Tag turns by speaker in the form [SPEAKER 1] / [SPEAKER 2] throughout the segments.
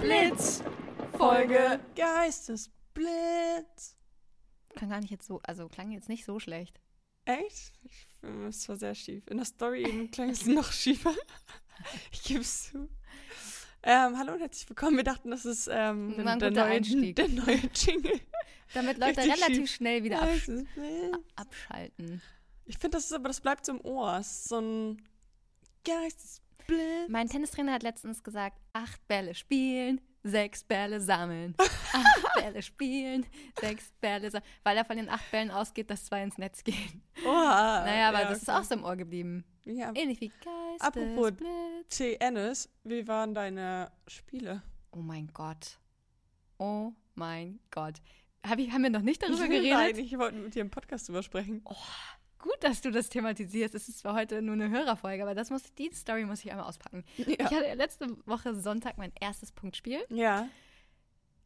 [SPEAKER 1] Blitz.
[SPEAKER 2] Folge Geistesblitz.
[SPEAKER 1] Kann gar nicht jetzt so, also klang jetzt nicht so schlecht.
[SPEAKER 2] Echt? Ich, finde, es war sehr schief. In der Story eben klang es noch schiefer. ich gebe es zu. Ähm, hallo und herzlich willkommen. Wir dachten, das ist ähm,
[SPEAKER 1] War ein
[SPEAKER 2] der,
[SPEAKER 1] guter
[SPEAKER 2] neue,
[SPEAKER 1] Einstieg.
[SPEAKER 2] der neue Jingle.
[SPEAKER 1] Damit Leute
[SPEAKER 2] Richtig
[SPEAKER 1] relativ
[SPEAKER 2] schief.
[SPEAKER 1] schnell wieder absch
[SPEAKER 2] Geistesblitz.
[SPEAKER 1] abschalten.
[SPEAKER 2] Ich finde, das ist aber, das bleibt so im Ohr. Es ist so ein Geistesblitz.
[SPEAKER 1] Mein Tennistrainer hat letztens gesagt, acht Bälle spielen, sechs Bälle sammeln. Acht Bälle spielen, sechs Bälle sammeln. Weil er von den acht Bällen ausgeht, dass zwei ins Netz gehen.
[SPEAKER 2] Oha.
[SPEAKER 1] Naja, aber
[SPEAKER 2] Ah, Ja,
[SPEAKER 1] das ist
[SPEAKER 2] okay.
[SPEAKER 1] auch so im Ohr geblieben.
[SPEAKER 2] Ja.
[SPEAKER 1] Ähnlich wie Geistesblitz.
[SPEAKER 2] Apropos- C. Ennis, wie waren deine Spiele?
[SPEAKER 1] Oh mein Gott. Oh mein Gott. Hab ich, haben wir noch nicht darüber geredet? Oh,
[SPEAKER 2] Nein, ich wollte mit dir im Podcast drüber sprechen.
[SPEAKER 1] Gut, dass du das thematisierst. Es ist zwar heute nur eine Hörerfolge, aber das muss, die Story muss ich einmal auspacken. Ich hatte letzte Woche Sonntag mein erstes Punktspiel.
[SPEAKER 2] Ja.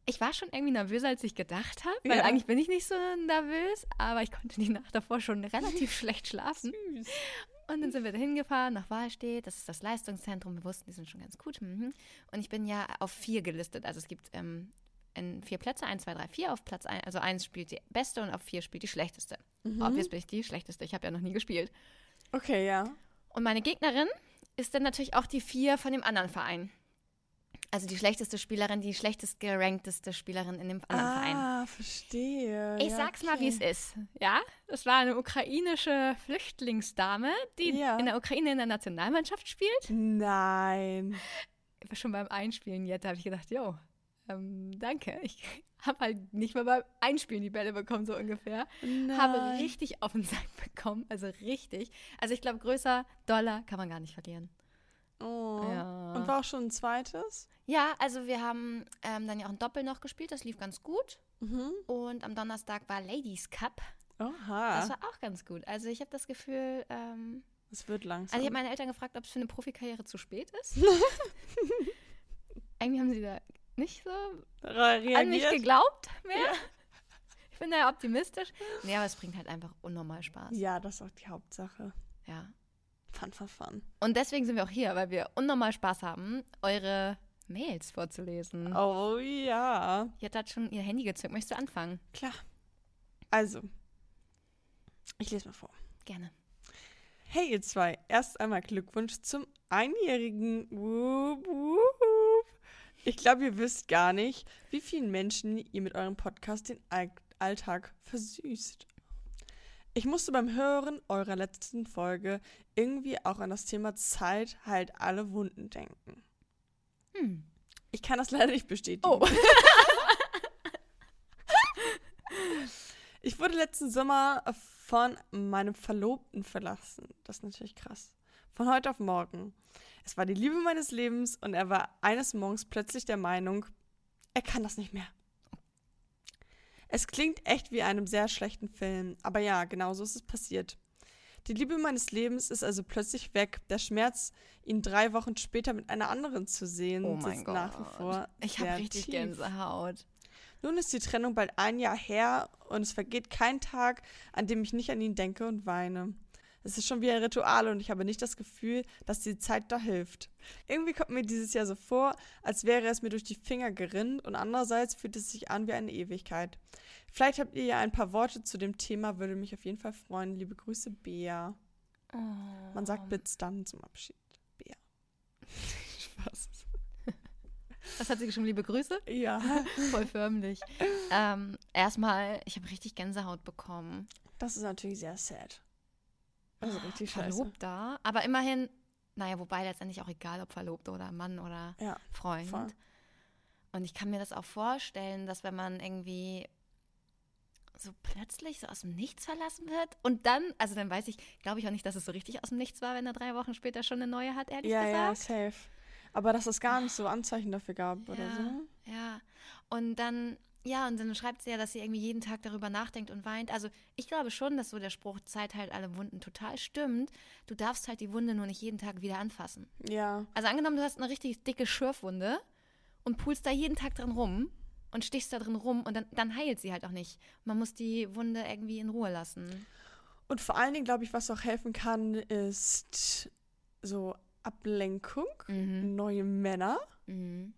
[SPEAKER 1] Ich war schon irgendwie nervöser, als ich gedacht habe, weil
[SPEAKER 2] Ja.
[SPEAKER 1] eigentlich bin ich nicht so nervös, aber ich konnte die Nacht davor schon relativ schlecht schlafen.
[SPEAKER 2] Süß.
[SPEAKER 1] Und dann sind wir da hingefahren, nach Wahlstedt, das ist das Leistungszentrum. Wir wussten, die sind schon ganz gut. mhm. Und ich bin ja auf vier gelistet. Also es gibt ähm, in vier Plätze, eins, zwei, drei, vier auf Platz ein. Also eins spielt die beste und auf vier spielt die schlechteste. Obvious bin ich die schlechteste, ich habe ja noch nie gespielt.
[SPEAKER 2] Mhm. Okay, ja.
[SPEAKER 1] Und meine Gegnerin ist dann natürlich auch die vier von dem anderen Verein. Also die schlechteste Spielerin, die schlechtest gerankteste Spielerin in dem anderen Verein.
[SPEAKER 2] Ah, verstehe.
[SPEAKER 1] Ich
[SPEAKER 2] Ja,
[SPEAKER 1] sag's mal,
[SPEAKER 2] okay.
[SPEAKER 1] wie es ist. Ja, das war eine ukrainische Flüchtlingsdame, die
[SPEAKER 2] Ja.
[SPEAKER 1] in der Ukraine in der Nationalmannschaft spielt.
[SPEAKER 2] Nein.
[SPEAKER 1] Schon beim Einspielen jetzt habe ich gedacht, jo, ähm, danke. Ich habe halt nicht mal beim Einspielen die Bälle bekommen, so ungefähr.
[SPEAKER 2] Nein.
[SPEAKER 1] Habe richtig auf den Sack bekommen, also richtig. Also ich glaube, größer Dollar kann man gar nicht verlieren.
[SPEAKER 2] Oh.
[SPEAKER 1] Ja.
[SPEAKER 2] Und war auch schon ein zweites?
[SPEAKER 1] Ja, also wir haben ähm, dann ja auch ein Doppel noch gespielt, das lief ganz gut.
[SPEAKER 2] Mhm.
[SPEAKER 1] Und am Donnerstag war Ladies Cup.
[SPEAKER 2] Oha.
[SPEAKER 1] Das war auch ganz gut. Also ich habe das Gefühl, ähm,
[SPEAKER 2] Es wird langsam.
[SPEAKER 1] also ich habe meine Eltern gefragt, ob es für eine Profikarriere zu spät ist. Irgendwie haben sie da nicht so
[SPEAKER 2] Re
[SPEAKER 1] an mich
[SPEAKER 2] reagiert?
[SPEAKER 1] geglaubt mehr. Ich bin da ja optimistisch. Nee, aber es bringt halt einfach unnormal Spaß.
[SPEAKER 2] Ja, das ist auch die Hauptsache.
[SPEAKER 1] ja.
[SPEAKER 2] Fun, fun, fun.
[SPEAKER 1] Und deswegen sind wir auch hier, weil wir unnormal Spaß haben, eure Mails vorzulesen.
[SPEAKER 2] Oh ja.
[SPEAKER 1] Jette hat schon ihr Handy gezückt. Möchtest du anfangen?
[SPEAKER 2] Klar. Also, ich lese mal vor.
[SPEAKER 1] Gerne.
[SPEAKER 2] Hey ihr zwei, erst einmal Glückwunsch zum Einjährigen. Wup, wup. Ich glaube, ihr wisst gar nicht, wie vielen Menschen ihr mit eurem Podcast den Al- Alltag versüßt. Ich musste beim Hören eurer letzten Folge irgendwie auch an das Thema Zeit halt alle Wunden denken.
[SPEAKER 1] Hm.
[SPEAKER 2] Ich kann das leider nicht bestätigen.
[SPEAKER 1] Oh.
[SPEAKER 2] Ich wurde letzten Sommer von meinem Verlobten verlassen. Das ist natürlich krass. Von heute auf morgen. Es war die Liebe meines Lebens und er war eines Morgens plötzlich der Meinung, er kann das nicht mehr. Es klingt echt wie einem sehr schlechten Film, aber ja, genau so ist es passiert. Die Liebe meines Lebens ist also plötzlich weg. Der Schmerz, ihn drei Wochen später mit einer anderen zu sehen,
[SPEAKER 1] Oh mein
[SPEAKER 2] sitzt
[SPEAKER 1] Gott.
[SPEAKER 2] nach wie vor.
[SPEAKER 1] ich
[SPEAKER 2] sehr
[SPEAKER 1] habe richtig
[SPEAKER 2] tief.
[SPEAKER 1] Gänsehaut.
[SPEAKER 2] Nun ist die Trennung bald ein Jahr her und es vergeht kein Tag, an dem ich nicht an ihn denke und weine. Es ist schon wie ein Ritual und ich habe nicht das Gefühl, dass die Zeit da hilft. Irgendwie kommt mir dieses Jahr so vor, als wäre es mir durch die Finger gerinnt und andererseits fühlt es sich an wie eine Ewigkeit. Vielleicht habt ihr ja ein paar Worte zu dem Thema, würde mich auf jeden Fall freuen. Liebe Grüße, Bea.
[SPEAKER 1] Oh.
[SPEAKER 2] Man sagt Bits dann zum Abschied. Bea. Spaß.
[SPEAKER 1] Was hat sie geschrieben? Liebe Grüße?
[SPEAKER 2] Ja,
[SPEAKER 1] Voll förmlich. ähm, erstmal, ich habe richtig Gänsehaut bekommen.
[SPEAKER 2] das ist natürlich sehr sad. Also richtig scheiße.
[SPEAKER 1] Verlobter. Aber immerhin, naja, wobei letztendlich auch egal, ob verlobt oder Mann oder
[SPEAKER 2] Ja,
[SPEAKER 1] Freund.
[SPEAKER 2] voll.
[SPEAKER 1] Und ich kann mir das auch vorstellen, dass wenn man irgendwie so plötzlich so aus dem Nichts verlassen wird und dann, also dann weiß ich, glaube ich auch nicht, dass es so richtig aus dem Nichts war, wenn er drei Wochen später schon eine neue hat, ehrlich
[SPEAKER 2] Ja, ja,
[SPEAKER 1] gesagt. Ah,
[SPEAKER 2] safe. Aber dass es gar nicht so Anzeichen dafür gab oder
[SPEAKER 1] Ja.
[SPEAKER 2] so.
[SPEAKER 1] Ja, und dann, ja, und dann schreibt sie ja, dass sie irgendwie jeden Tag darüber nachdenkt und weint. Also ich glaube schon, dass so der Spruch Zeit heilt alle Wunden total stimmt. Du darfst halt die Wunde nur nicht jeden Tag wieder anfassen.
[SPEAKER 2] Ja.
[SPEAKER 1] Also angenommen, du hast eine richtig dicke Schürfwunde und pulst da jeden Tag drin rum und stichst da drin rum und dann, dann heilt sie halt auch nicht. Man muss die Wunde irgendwie in Ruhe lassen.
[SPEAKER 2] Und vor allen Dingen, glaube ich, was auch helfen kann, ist so Ablenkung,
[SPEAKER 1] Mhm.
[SPEAKER 2] neue Männer.
[SPEAKER 1] Mhm.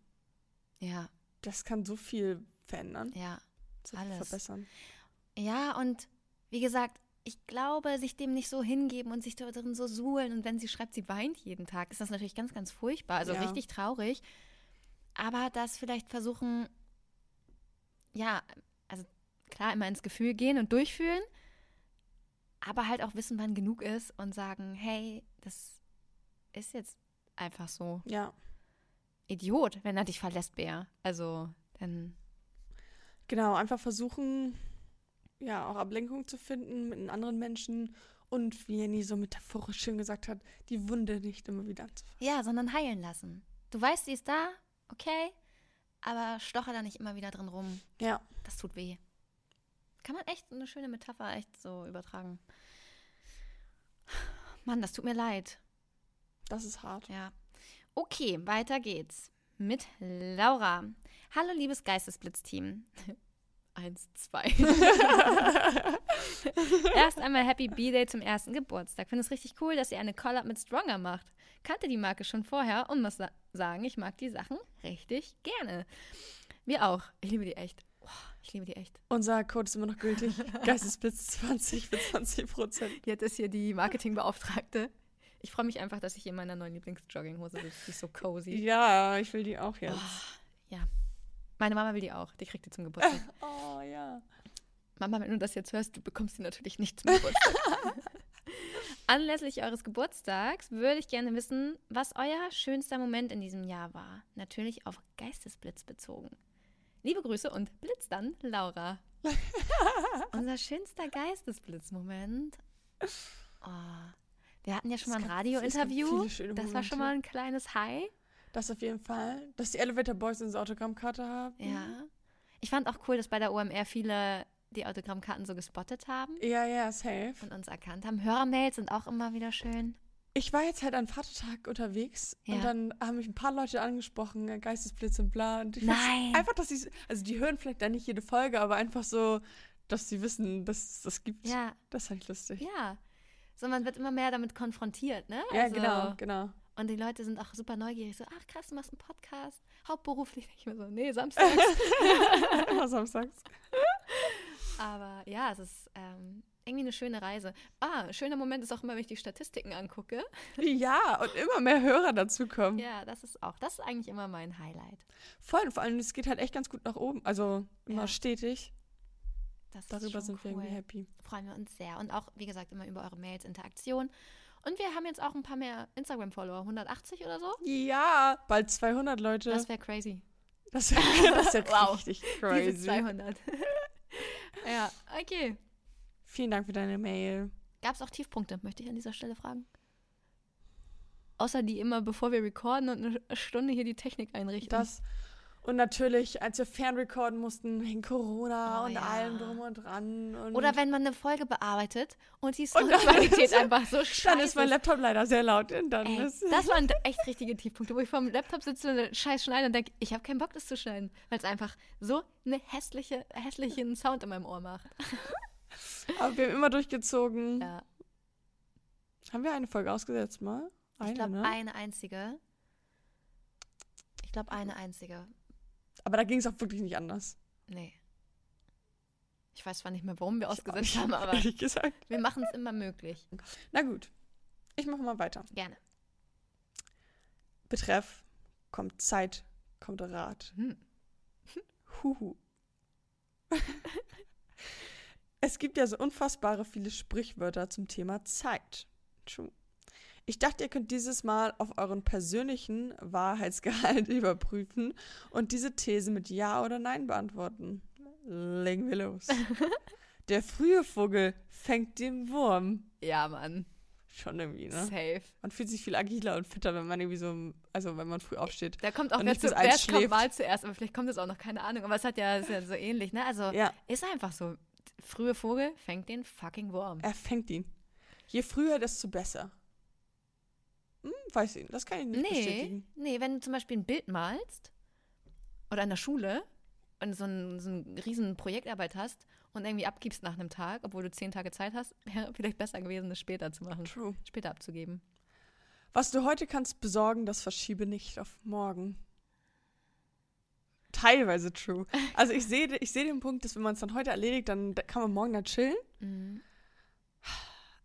[SPEAKER 1] Ja.
[SPEAKER 2] das kann so viel verändern,
[SPEAKER 1] Ja,
[SPEAKER 2] so viel
[SPEAKER 1] alles.
[SPEAKER 2] verbessern.
[SPEAKER 1] ja und wie gesagt, ich glaube, sich dem nicht so hingeben und sich darin so suhlen und wenn sie schreibt, sie weint jeden Tag, ist das natürlich ganz, ganz furchtbar, also
[SPEAKER 2] Ja.
[SPEAKER 1] richtig traurig. Aber das vielleicht versuchen, ja, also klar immer ins Gefühl gehen und durchfühlen, aber halt auch wissen, wann genug ist und sagen, hey, das ist jetzt einfach so.
[SPEAKER 2] Ja.
[SPEAKER 1] Idiot, wenn er dich verlässt, Bär. Also, dann,
[SPEAKER 2] Genau, einfach versuchen, ja, auch Ablenkung zu finden mit den anderen Menschen und wie Jenny so metaphorisch schön gesagt hat, die Wunde nicht immer wieder anzufassen.
[SPEAKER 1] ja, sondern heilen lassen. Du weißt, sie ist da, okay, aber stoche da nicht immer wieder drin rum.
[SPEAKER 2] Ja,
[SPEAKER 1] Das tut weh. Kann man echt eine schöne Metapher echt so übertragen. Mann, das tut mir leid.
[SPEAKER 2] das ist hart.
[SPEAKER 1] Ja. Okay, weiter geht's mit Laura. Hallo, liebes Geistesblitz-Team. Eins, zwei. Erst einmal Happy B-Day zum ersten Geburtstag. Finde es richtig cool, dass ihr eine Collab mit Stronger macht. Kannte die Marke schon vorher und muss sa sagen, ich mag die Sachen richtig gerne. Wir auch. Ich liebe die echt. Oh, ich liebe die echt.
[SPEAKER 2] Unser Code ist immer noch gültig. Geistesblitz 20 für 20 Prozent.
[SPEAKER 1] Jetzt ist hier die Marketingbeauftragte. Ich freue mich einfach, dass ich hier in meiner neuen Lieblingsjogginghose bin. Die ist so cozy.
[SPEAKER 2] Ja, ich will die auch jetzt.
[SPEAKER 1] Ah. Meine Mama will die auch. Die kriegt die zum Geburtstag.
[SPEAKER 2] Oh, ja.
[SPEAKER 1] Mama, wenn du das jetzt hörst, du bekommst die natürlich nicht zum Geburtstag. Anlässlich eures Geburtstags würde ich gerne wissen, was euer schönster Moment in diesem Jahr war. Natürlich auf Geistesblitz bezogen. Liebe Grüße und Blitz dann, Laura. Unser schönster Geistesblitz-Moment. Oh. Wir hatten ja schon
[SPEAKER 2] Es
[SPEAKER 1] mal ein
[SPEAKER 2] gab- es gab
[SPEAKER 1] Radio-Interview.
[SPEAKER 2] viele schöne
[SPEAKER 1] Das war schon mal
[SPEAKER 2] Momente.
[SPEAKER 1] ein kleines High.
[SPEAKER 2] Das auf jeden Fall. Dass die Elevator Boys unsere Autogrammkarte haben.
[SPEAKER 1] Ja. Mhm. Ich fand auch cool, dass bei der OMR viele die Autogrammkarten so gespottet haben.
[SPEAKER 2] Ja, ja, safe.
[SPEAKER 1] von uns erkannt haben. Hörermails sind auch immer wieder schön.
[SPEAKER 2] Ich war jetzt halt an Vatertag unterwegs
[SPEAKER 1] Ja.
[SPEAKER 2] und dann haben mich ein paar Leute angesprochen, äh, Geistesblitz und bla. Und ich find's
[SPEAKER 1] Nein.
[SPEAKER 2] Einfach, dass sie, also die hören vielleicht dann nicht jede Folge, aber einfach so, dass sie wissen, dass es das gibt.
[SPEAKER 1] Ja,
[SPEAKER 2] Das fand ich lustig.
[SPEAKER 1] ja. So, man wird immer mehr damit konfrontiert, ne?
[SPEAKER 2] Ja, genau, genau.
[SPEAKER 1] Und die Leute sind auch super neugierig, so, ach krass, du machst einen Podcast, hauptberuflich. Ich bin so, nee, samstags.
[SPEAKER 2] Immer samstags.
[SPEAKER 1] Aber ja, es ist ähm, irgendwie eine schöne Reise. Ah, schöner Moment ist auch immer, wenn ich die Statistiken angucke.
[SPEAKER 2] Ja, und immer mehr Hörer dazukommen.
[SPEAKER 1] Ja, das ist auch, das ist eigentlich immer mein Highlight.
[SPEAKER 2] Voll, und vor allem, es geht halt echt ganz gut nach oben. Also immer
[SPEAKER 1] Ja.
[SPEAKER 2] stetig.
[SPEAKER 1] Das ist
[SPEAKER 2] Darüber
[SPEAKER 1] schon
[SPEAKER 2] sind wir
[SPEAKER 1] cool.
[SPEAKER 2] irgendwie happy.
[SPEAKER 1] freuen wir uns sehr. Und auch, wie gesagt, immer über eure Mails, Interaktion. Und wir haben jetzt auch ein paar mehr Instagram-Follower, 180 oder so.
[SPEAKER 2] Ja, bald 200 Leute.
[SPEAKER 1] Das wäre crazy.
[SPEAKER 2] Das wäre das wär
[SPEAKER 1] Wow.
[SPEAKER 2] richtig
[SPEAKER 1] Diese
[SPEAKER 2] crazy.
[SPEAKER 1] 200. ja, okay.
[SPEAKER 2] Vielen Dank für deine Mail.
[SPEAKER 1] Gab es auch Tiefpunkte, möchte ich an dieser Stelle fragen. Außer die immer, bevor wir recorden und eine Stunde hier die Technik einrichten.
[SPEAKER 2] Das. Und natürlich, als wir fernrecorden mussten, wegen Corona
[SPEAKER 1] Oh,
[SPEAKER 2] und
[SPEAKER 1] ja.
[SPEAKER 2] allem drum und dran. Und
[SPEAKER 1] Oder wenn man eine Folge bearbeitet und die
[SPEAKER 2] dann-
[SPEAKER 1] Soundqualität einfach so scheiße
[SPEAKER 2] Oh dann ist mein Laptop leider sehr laut. Und dann
[SPEAKER 1] Ey,
[SPEAKER 2] ist
[SPEAKER 1] das waren echt richtige Tiefpunkte, wo ich vor dem Laptop sitze und den scheiß schneide und denke, ich habe keinen Bock, das zu schneiden, weil es einfach so einen hässliche, hässlichen Sound in meinem Ohr macht.
[SPEAKER 2] Aber wir haben immer durchgezogen.
[SPEAKER 1] Ja.
[SPEAKER 2] Haben wir eine Folge ausgesetzt mal? Eine,
[SPEAKER 1] ich glaube,
[SPEAKER 2] ne?
[SPEAKER 1] eine einzige. Ich glaube, eine einzige.
[SPEAKER 2] Aber da ging es auch wirklich nicht anders.
[SPEAKER 1] Nee. Ich weiß zwar nicht mehr, warum
[SPEAKER 2] Ich
[SPEAKER 1] wir
[SPEAKER 2] auch
[SPEAKER 1] ausgesetzt
[SPEAKER 2] nicht,
[SPEAKER 1] haben, aber
[SPEAKER 2] Ehrlich gesagt.
[SPEAKER 1] wir machen es immer möglich.
[SPEAKER 2] Na gut. Ich mache mal weiter.
[SPEAKER 1] Gerne.
[SPEAKER 2] Betreff, kommt Zeit, kommt Rat.
[SPEAKER 1] Hm.
[SPEAKER 2] Huhu. es gibt ja so unfassbare viele Sprichwörter zum Thema Zeit. True. Ich dachte, ihr könnt dieses Mal auf euren persönlichen Wahrheitsgehalt überprüfen und diese These mit Ja oder Nein beantworten. Legen wir los. Der frühe Vogel fängt den Wurm.
[SPEAKER 1] Ja, Mann.
[SPEAKER 2] Schon irgendwie, ne?
[SPEAKER 1] Safe.
[SPEAKER 2] Man fühlt sich viel agiler und fitter, wenn man irgendwie so, also wenn man früh aufsteht.
[SPEAKER 1] Da kommt auch
[SPEAKER 2] Und
[SPEAKER 1] wer
[SPEAKER 2] nicht
[SPEAKER 1] zu,
[SPEAKER 2] bis
[SPEAKER 1] wer
[SPEAKER 2] eins
[SPEAKER 1] kommt
[SPEAKER 2] schläft.
[SPEAKER 1] mal zuerst, aber vielleicht kommt es auch noch, keine Ahnung. Aber es hat ja, ist ja so ähnlich, ne? Also
[SPEAKER 2] Ja.
[SPEAKER 1] ist einfach so. Frühe Vogel fängt den fucking Wurm.
[SPEAKER 2] Er fängt ihn. Je früher, desto besser. Hm, weiß ich nicht. Das kann ich nicht
[SPEAKER 1] Nee,
[SPEAKER 2] bestätigen.
[SPEAKER 1] nee, wenn du zum Beispiel ein Bild malst oder in der Schule und so ein, so ein riesen Projektarbeit hast und irgendwie abgibst nach einem Tag, obwohl du zehn Tage Zeit hast, wäre vielleicht besser gewesen, es später zu machen,
[SPEAKER 2] True.
[SPEAKER 1] später abzugeben.
[SPEAKER 2] Was du heute kannst besorgen, das verschiebe nicht auf morgen. teilweise true. Also ich sehe ich seh den Punkt, dass wenn man es dann heute erledigt, dann kann man morgen dann chillen.
[SPEAKER 1] Mhm.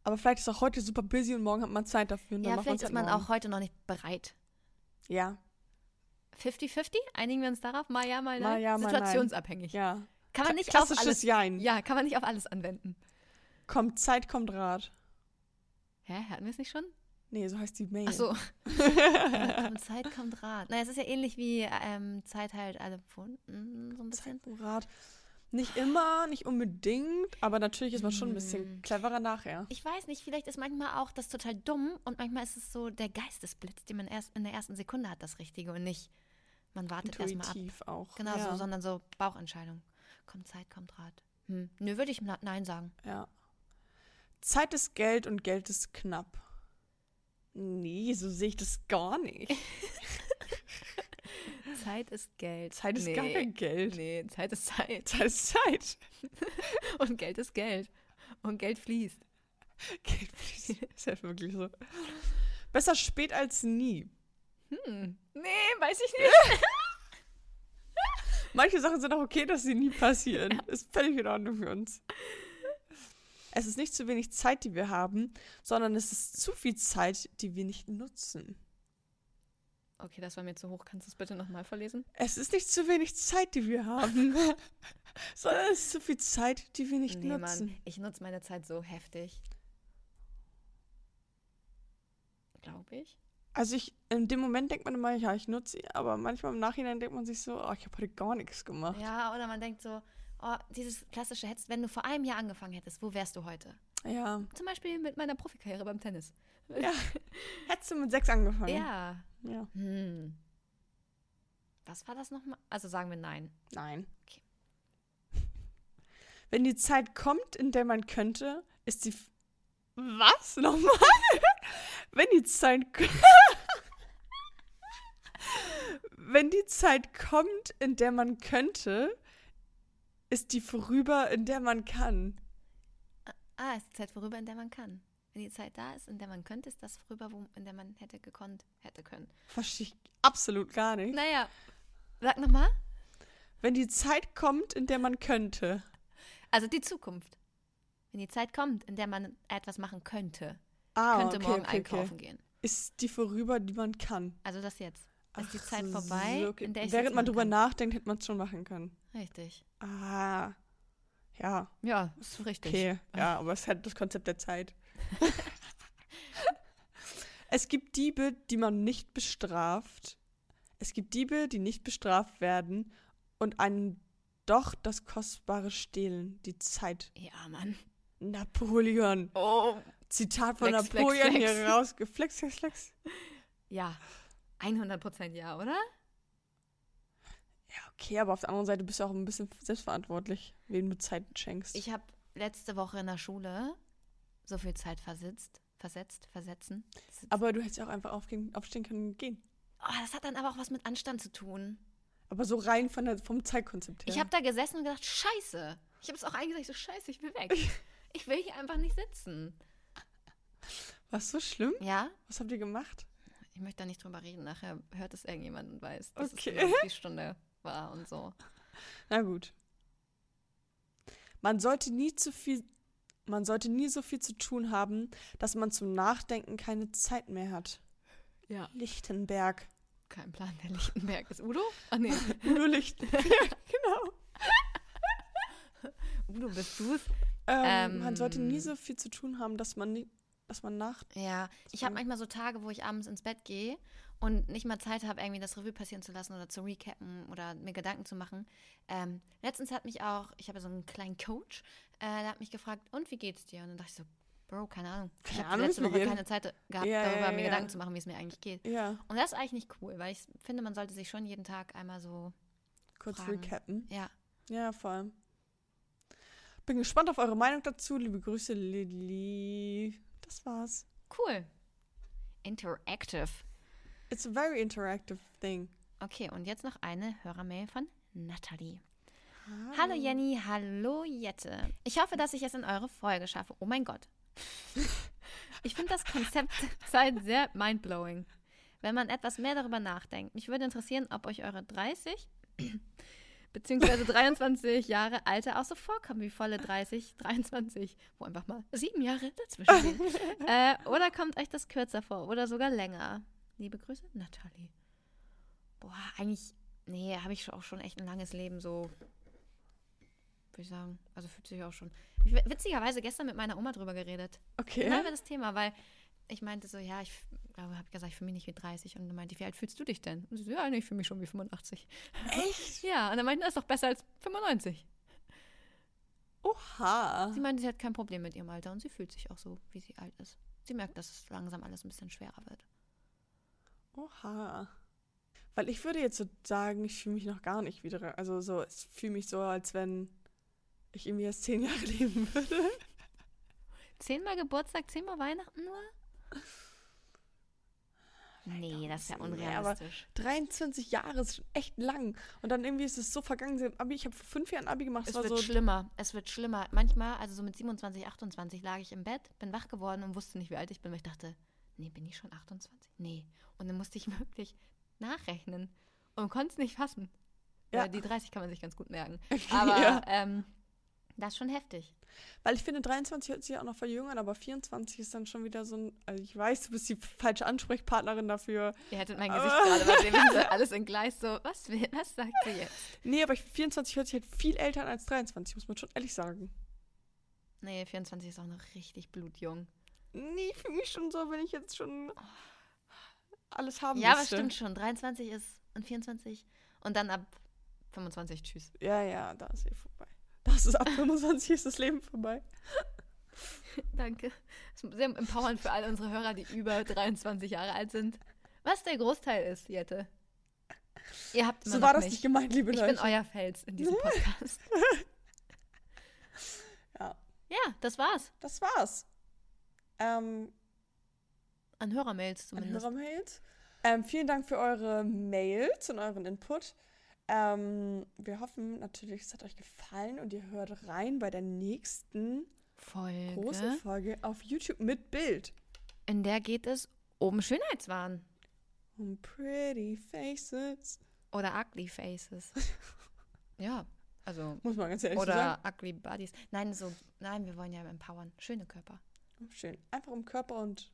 [SPEAKER 2] Aber vielleicht ist auch heute super busy und morgen hat man Zeit dafür. und dann
[SPEAKER 1] Ja,
[SPEAKER 2] macht
[SPEAKER 1] vielleicht
[SPEAKER 2] man's
[SPEAKER 1] ist
[SPEAKER 2] halt
[SPEAKER 1] man
[SPEAKER 2] morgen.
[SPEAKER 1] auch heute noch nicht bereit.
[SPEAKER 2] Ja,
[SPEAKER 1] 50-50? Einigen wir uns darauf? Mal ja, mal nein.
[SPEAKER 2] Mal ja, mal nein.
[SPEAKER 1] Situationsabhängig.
[SPEAKER 2] ja.
[SPEAKER 1] Kann man nicht auf
[SPEAKER 2] Klassisches
[SPEAKER 1] alles.
[SPEAKER 2] Jein.
[SPEAKER 1] Ja, kann man nicht auf alles anwenden.
[SPEAKER 2] Kommt Zeit, kommt Rat.
[SPEAKER 1] Hä, hatten wir es nicht schon?
[SPEAKER 2] Nee, so heißt die Mail.
[SPEAKER 1] Ach so. kommt Zeit, kommt Rat. Naja, es ist ja ähnlich wie ähm, Zeit halt alle Pfunden, so ein bisschen.
[SPEAKER 2] Zeit, kommt Rat. Nicht immer, nicht unbedingt, aber natürlich ist man schon ein
[SPEAKER 1] Mm.
[SPEAKER 2] bisschen cleverer nachher.
[SPEAKER 1] Ich weiß nicht, vielleicht ist manchmal auch das total dumm und manchmal ist es so der Geistesblitz, den man erst in der ersten Sekunde hat, das Richtige und nicht, man wartet erstmal ab.
[SPEAKER 2] Intuitiv auch.
[SPEAKER 1] Genau
[SPEAKER 2] ja.
[SPEAKER 1] so, sondern so Bauchentscheidung. Kommt Zeit, kommt Rat. Hm. Nö, würde ich na- Nein sagen.
[SPEAKER 2] Ja. Zeit ist Geld und Geld ist knapp. Nee, so sehe ich das gar nicht.
[SPEAKER 1] Zeit ist Geld.
[SPEAKER 2] Zeit ist gar kein Geld.
[SPEAKER 1] Nee, Zeit ist Zeit.
[SPEAKER 2] Zeit ist Zeit.
[SPEAKER 1] Und Geld ist Geld. Und Geld fließt.
[SPEAKER 2] Geld fließt. ist halt wirklich so. Besser spät als nie.
[SPEAKER 1] Hm. Nee, weiß ich nicht.
[SPEAKER 2] Manche Sachen sind auch okay, dass sie nie passieren. Ist völlig in Ordnung für uns. Es ist nicht zu wenig Zeit, die wir haben, sondern es ist zu viel Zeit, die wir nicht nutzen.
[SPEAKER 1] Okay, das war mir zu hoch. Kannst du es bitte nochmal verlesen?
[SPEAKER 2] Es ist nicht zu wenig Zeit, die wir haben, sondern es ist zu viel Zeit, die wir nicht
[SPEAKER 1] nee,
[SPEAKER 2] nutzen.
[SPEAKER 1] Mann. Ich nutze meine Zeit so heftig. Glaube ich.
[SPEAKER 2] Also ich, in dem Moment denkt man immer, ja, ich nutze sie, aber manchmal im Nachhinein denkt man sich so, oh, ich habe heute gar nichts gemacht.
[SPEAKER 1] Ja, oder man denkt so, oh, dieses klassische, hättest, wenn du vor einem Jahr angefangen hättest, wo wärst du heute?
[SPEAKER 2] Ja.
[SPEAKER 1] Zum Beispiel mit meiner Profikarriere beim Tennis.
[SPEAKER 2] Ja. Hättest du mit sechs angefangen?
[SPEAKER 1] Ja.
[SPEAKER 2] ja.
[SPEAKER 1] Hm. Was war das nochmal? Also sagen wir nein.
[SPEAKER 2] Nein.
[SPEAKER 1] Okay.
[SPEAKER 2] Wenn die Zeit kommt, in der man könnte, ist die. F Was? Nochmal? Wenn die Zeit. k- Wenn die Zeit kommt, in der man könnte, ist die vorüber, in der man kann.
[SPEAKER 1] Ah, es ist die Zeit vorüber, in der man kann. Wenn die Zeit da ist, in der man könnte, ist das vorüber, wo, in der man hätte gekonnt, hätte können.
[SPEAKER 2] Verstehe ich absolut gar nicht.
[SPEAKER 1] Naja, sag nochmal.
[SPEAKER 2] Wenn die Zeit kommt, in der man könnte.
[SPEAKER 1] Also die Zukunft. Wenn die Zeit kommt, in der man etwas machen könnte,
[SPEAKER 2] Ah,
[SPEAKER 1] könnte
[SPEAKER 2] okay,
[SPEAKER 1] morgen
[SPEAKER 2] okay,
[SPEAKER 1] einkaufen
[SPEAKER 2] okay.
[SPEAKER 1] gehen.
[SPEAKER 2] Ist die vorüber, die man kann.
[SPEAKER 1] Also das jetzt. Ist die
[SPEAKER 2] Ach
[SPEAKER 1] Zeit
[SPEAKER 2] so,
[SPEAKER 1] vorbei,
[SPEAKER 2] okay.
[SPEAKER 1] in der ich
[SPEAKER 2] Während
[SPEAKER 1] jetzt
[SPEAKER 2] man
[SPEAKER 1] machen
[SPEAKER 2] drüber
[SPEAKER 1] kann.
[SPEAKER 2] nachdenkt, hätte man es schon machen können.
[SPEAKER 1] Richtig.
[SPEAKER 2] Ah, ja,
[SPEAKER 1] Ja, ist richtig.
[SPEAKER 2] okay. Ja, aber es hat das Konzept der Zeit. es gibt Diebe, die man nicht bestraft. Es gibt Diebe, die nicht bestraft werden und einen doch das Kostbare stehlen, die Zeit.
[SPEAKER 1] Ja, Mann.
[SPEAKER 2] Napoleon.
[SPEAKER 1] Oh.
[SPEAKER 2] Zitat von
[SPEAKER 1] Flex, flex,
[SPEAKER 2] Napoleon
[SPEAKER 1] flex.
[SPEAKER 2] hier raus. Flex, flex, flex.
[SPEAKER 1] Ja. 100 Prozent ja, oder?
[SPEAKER 2] Ja, okay, aber auf der anderen Seite bist du auch ein bisschen selbstverantwortlich, wem du Zeit schenkst.
[SPEAKER 1] Ich habe letzte Woche in der Schule so viel Zeit versitzt, versetzt, versetzen. Sitz-
[SPEAKER 2] aber du hättest ja auch einfach aufgehen, aufstehen können und gehen.
[SPEAKER 1] Oh, das hat dann aber auch was mit Anstand zu tun.
[SPEAKER 2] Aber so rein von der, vom Zeitkonzept her.
[SPEAKER 1] Ich habe da gesessen und gedacht, scheiße. Ich habe es auch eingesagt, so scheiße, ich will weg. Ich will hier einfach nicht sitzen.
[SPEAKER 2] War so schlimm?
[SPEAKER 1] Ja,
[SPEAKER 2] Was habt ihr gemacht?
[SPEAKER 1] ich möchte da nicht drüber reden. Nachher hört es irgendjemand und weiß, dass
[SPEAKER 2] Okay.
[SPEAKER 1] es nur die Stunde war und so.
[SPEAKER 2] Na gut. Man sollte nie zu viel, man sollte nie so viel zu tun haben, dass man zum Nachdenken keine Zeit mehr hat.
[SPEAKER 1] Ja.
[SPEAKER 2] Lichtenberg.
[SPEAKER 1] Kein Plan, wer Lichtenberg ist. Udo? Ach nee,
[SPEAKER 2] Nur Lichtenberg, genau.
[SPEAKER 1] Udo bist du's.
[SPEAKER 2] Ähm,
[SPEAKER 1] Ähm.
[SPEAKER 2] Man sollte nie so viel zu tun haben, dass man, nie, dass man nach.
[SPEAKER 1] Ja, ich habe manchmal so Tage, wo ich abends ins Bett gehe und nicht mal Zeit habe, irgendwie das Revue passieren zu lassen oder zu recappen oder mir Gedanken zu machen. Ähm, letztens hat mich auch, ich habe so einen kleinen Coach, äh, der hat mich gefragt, und wie geht's dir? Und dann dachte ich so, Bro, keine Ahnung. Ich
[SPEAKER 2] Keine
[SPEAKER 1] habe
[SPEAKER 2] Ahnung,
[SPEAKER 1] letzte
[SPEAKER 2] wie
[SPEAKER 1] Woche
[SPEAKER 2] geht's-
[SPEAKER 1] keine Zeit gehabt,
[SPEAKER 2] Ja, ja,
[SPEAKER 1] darüber mir
[SPEAKER 2] ja.
[SPEAKER 1] Gedanken zu machen, wie es mir eigentlich geht.
[SPEAKER 2] Ja,
[SPEAKER 1] Und das ist eigentlich nicht cool, weil ich finde, man sollte sich schon jeden Tag einmal so,
[SPEAKER 2] kurz
[SPEAKER 1] Fragen.
[SPEAKER 2] recappen.
[SPEAKER 1] ja,
[SPEAKER 2] Ja, vor allem. Bin gespannt auf eure Meinung dazu. Liebe Grüße, Lilly. Das war's.
[SPEAKER 1] cool. Interactive.
[SPEAKER 2] It's a very interactive thing.
[SPEAKER 1] Okay, und jetzt noch eine Hörermail von Nathalie. Hallo Jenny, hallo Jette. Ich hoffe, dass ich es in eure Folge schaffe. Oh mein Gott. Ich finde das Konzept Zeit sehr mindblowing. Wenn man etwas mehr darüber nachdenkt. Mich würde interessieren, ob euch eure 30 beziehungsweise 23 Jahre Alter auch so vorkommen wie volle 30, 23, wo einfach mal sieben Jahre dazwischen sind. äh, oder kommt euch das kürzer vor oder sogar länger? Liebe Grüße, Nathalie. Boah, eigentlich, nee, habe ich auch schon echt ein langes Leben so, würde ich sagen. Also fühlt sich auch schon. Ich hab witzigerweise gestern mit meiner Oma drüber geredet.
[SPEAKER 2] Okay.
[SPEAKER 1] Genau über das Thema, weil ich meinte so, ja, ich glaube, habe gesagt, ich fühle mich nicht wie 30. Und dann meinte ich, wie alt fühlst du dich denn? Und sie so, ja, nee, ich fühle mich schon wie 85.
[SPEAKER 2] Echt?
[SPEAKER 1] Ja, und dann meinte ich, das ist doch besser als 95.
[SPEAKER 2] Oha.
[SPEAKER 1] Sie meinte, sie hat kein Problem mit ihrem Alter und sie fühlt sich auch so, wie sie alt ist. Sie merkt, dass es langsam alles ein bisschen schwerer wird.
[SPEAKER 2] Oha. Weil ich würde jetzt so sagen, ich fühle mich noch gar nicht wieder. Also so, ich fühle mich so, als wenn ich irgendwie erst zehn Jahre leben würde.
[SPEAKER 1] Zehnmal Geburtstag, zehnmal Weihnachten nur?
[SPEAKER 2] Vielleicht
[SPEAKER 1] Nee,
[SPEAKER 2] auch
[SPEAKER 1] das ist ja
[SPEAKER 2] ein bisschen mehr, aber-
[SPEAKER 1] unrealistisch.
[SPEAKER 2] 23 Jahre ist schon echt lang. Und dann irgendwie ist es so vergangen. Sie haben Abi, ich habe vor fünf Jahren Abi gemacht.
[SPEAKER 1] Es
[SPEAKER 2] Es war
[SPEAKER 1] wird
[SPEAKER 2] so,
[SPEAKER 1] schlimmer. Es wird schlimmer. Manchmal, also so mit 27, 28 lag ich im Bett, bin wach geworden und wusste nicht, wie alt ich bin, weil ich dachte, nee, bin ich schon 28? Nee. Und dann musste ich wirklich nachrechnen und konnte es nicht fassen.
[SPEAKER 2] Ja.
[SPEAKER 1] Ja. die 30 kann man sich ganz gut merken. Aber
[SPEAKER 2] Ja.
[SPEAKER 1] ähm, das ist schon heftig.
[SPEAKER 2] weil ich finde, 23 hört sich auch noch verjüngern, aber 24 ist dann schon wieder so ein. Also ich weiß, du bist die falsche Ansprechpartnerin dafür.
[SPEAKER 1] Ihr hättet mein
[SPEAKER 2] Aber-
[SPEAKER 1] Gesicht gerade bei dem so alles im Gleis so, was, will- was sagt sie jetzt?
[SPEAKER 2] Nee, aber ich, 24 hört sich halt viel älter an als 23, muss man schon ehrlich sagen.
[SPEAKER 1] Nee, 24 ist auch noch richtig blutjung.
[SPEAKER 2] Nee, ich fühle mich schon so, wenn ich jetzt schon alles haben
[SPEAKER 1] Ja, aber
[SPEAKER 2] müsste.
[SPEAKER 1] stimmt schon. 23 ist und 24 und dann ab 25, tschüss.
[SPEAKER 2] Ja, ja, da ist eh vorbei. Das ist ab 25 ist das Leben vorbei.
[SPEAKER 1] Danke. Das ist sehr empowernd für all unsere Hörer, die über 23 Jahre alt sind. Was der Großteil ist, Jette. Ihr habt immer
[SPEAKER 2] so
[SPEAKER 1] noch
[SPEAKER 2] war das
[SPEAKER 1] mich.
[SPEAKER 2] nicht gemeint, liebe
[SPEAKER 1] Ich
[SPEAKER 2] Leute.
[SPEAKER 1] bin euer Fels in diesem Podcast.
[SPEAKER 2] Ja.
[SPEAKER 1] Ja, das war's.
[SPEAKER 2] das war's. Ähm,
[SPEAKER 1] An Hörermails
[SPEAKER 2] an
[SPEAKER 1] zumindest.
[SPEAKER 2] höhere Mails. Ähm, vielen Dank für eure Mails und euren Input. Ähm, wir hoffen natürlich, es hat euch gefallen und ihr hört rein bei der nächsten
[SPEAKER 1] Folge.
[SPEAKER 2] großen Folge auf YouTube mit Bild.
[SPEAKER 1] In der geht es um Schönheitswahn
[SPEAKER 2] Und Um pretty faces.
[SPEAKER 1] oder Ugly Faces. ja, also.
[SPEAKER 2] Muss man ganz ehrlich so sagen.
[SPEAKER 1] Oder Ugly Bodies. Nein, so, nein, wir wollen ja empowern. Schöne Körper.
[SPEAKER 2] Schön. Einfach um Körper und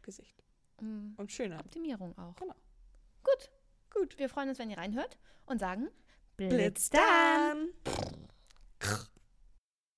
[SPEAKER 2] Gesicht.
[SPEAKER 1] Mm,
[SPEAKER 2] Und schöner.
[SPEAKER 1] Optimierung auch.
[SPEAKER 2] Genau.
[SPEAKER 1] Gut.
[SPEAKER 2] Gut.
[SPEAKER 1] Wir freuen uns, wenn ihr reinhört und sagen
[SPEAKER 2] Blitz dann!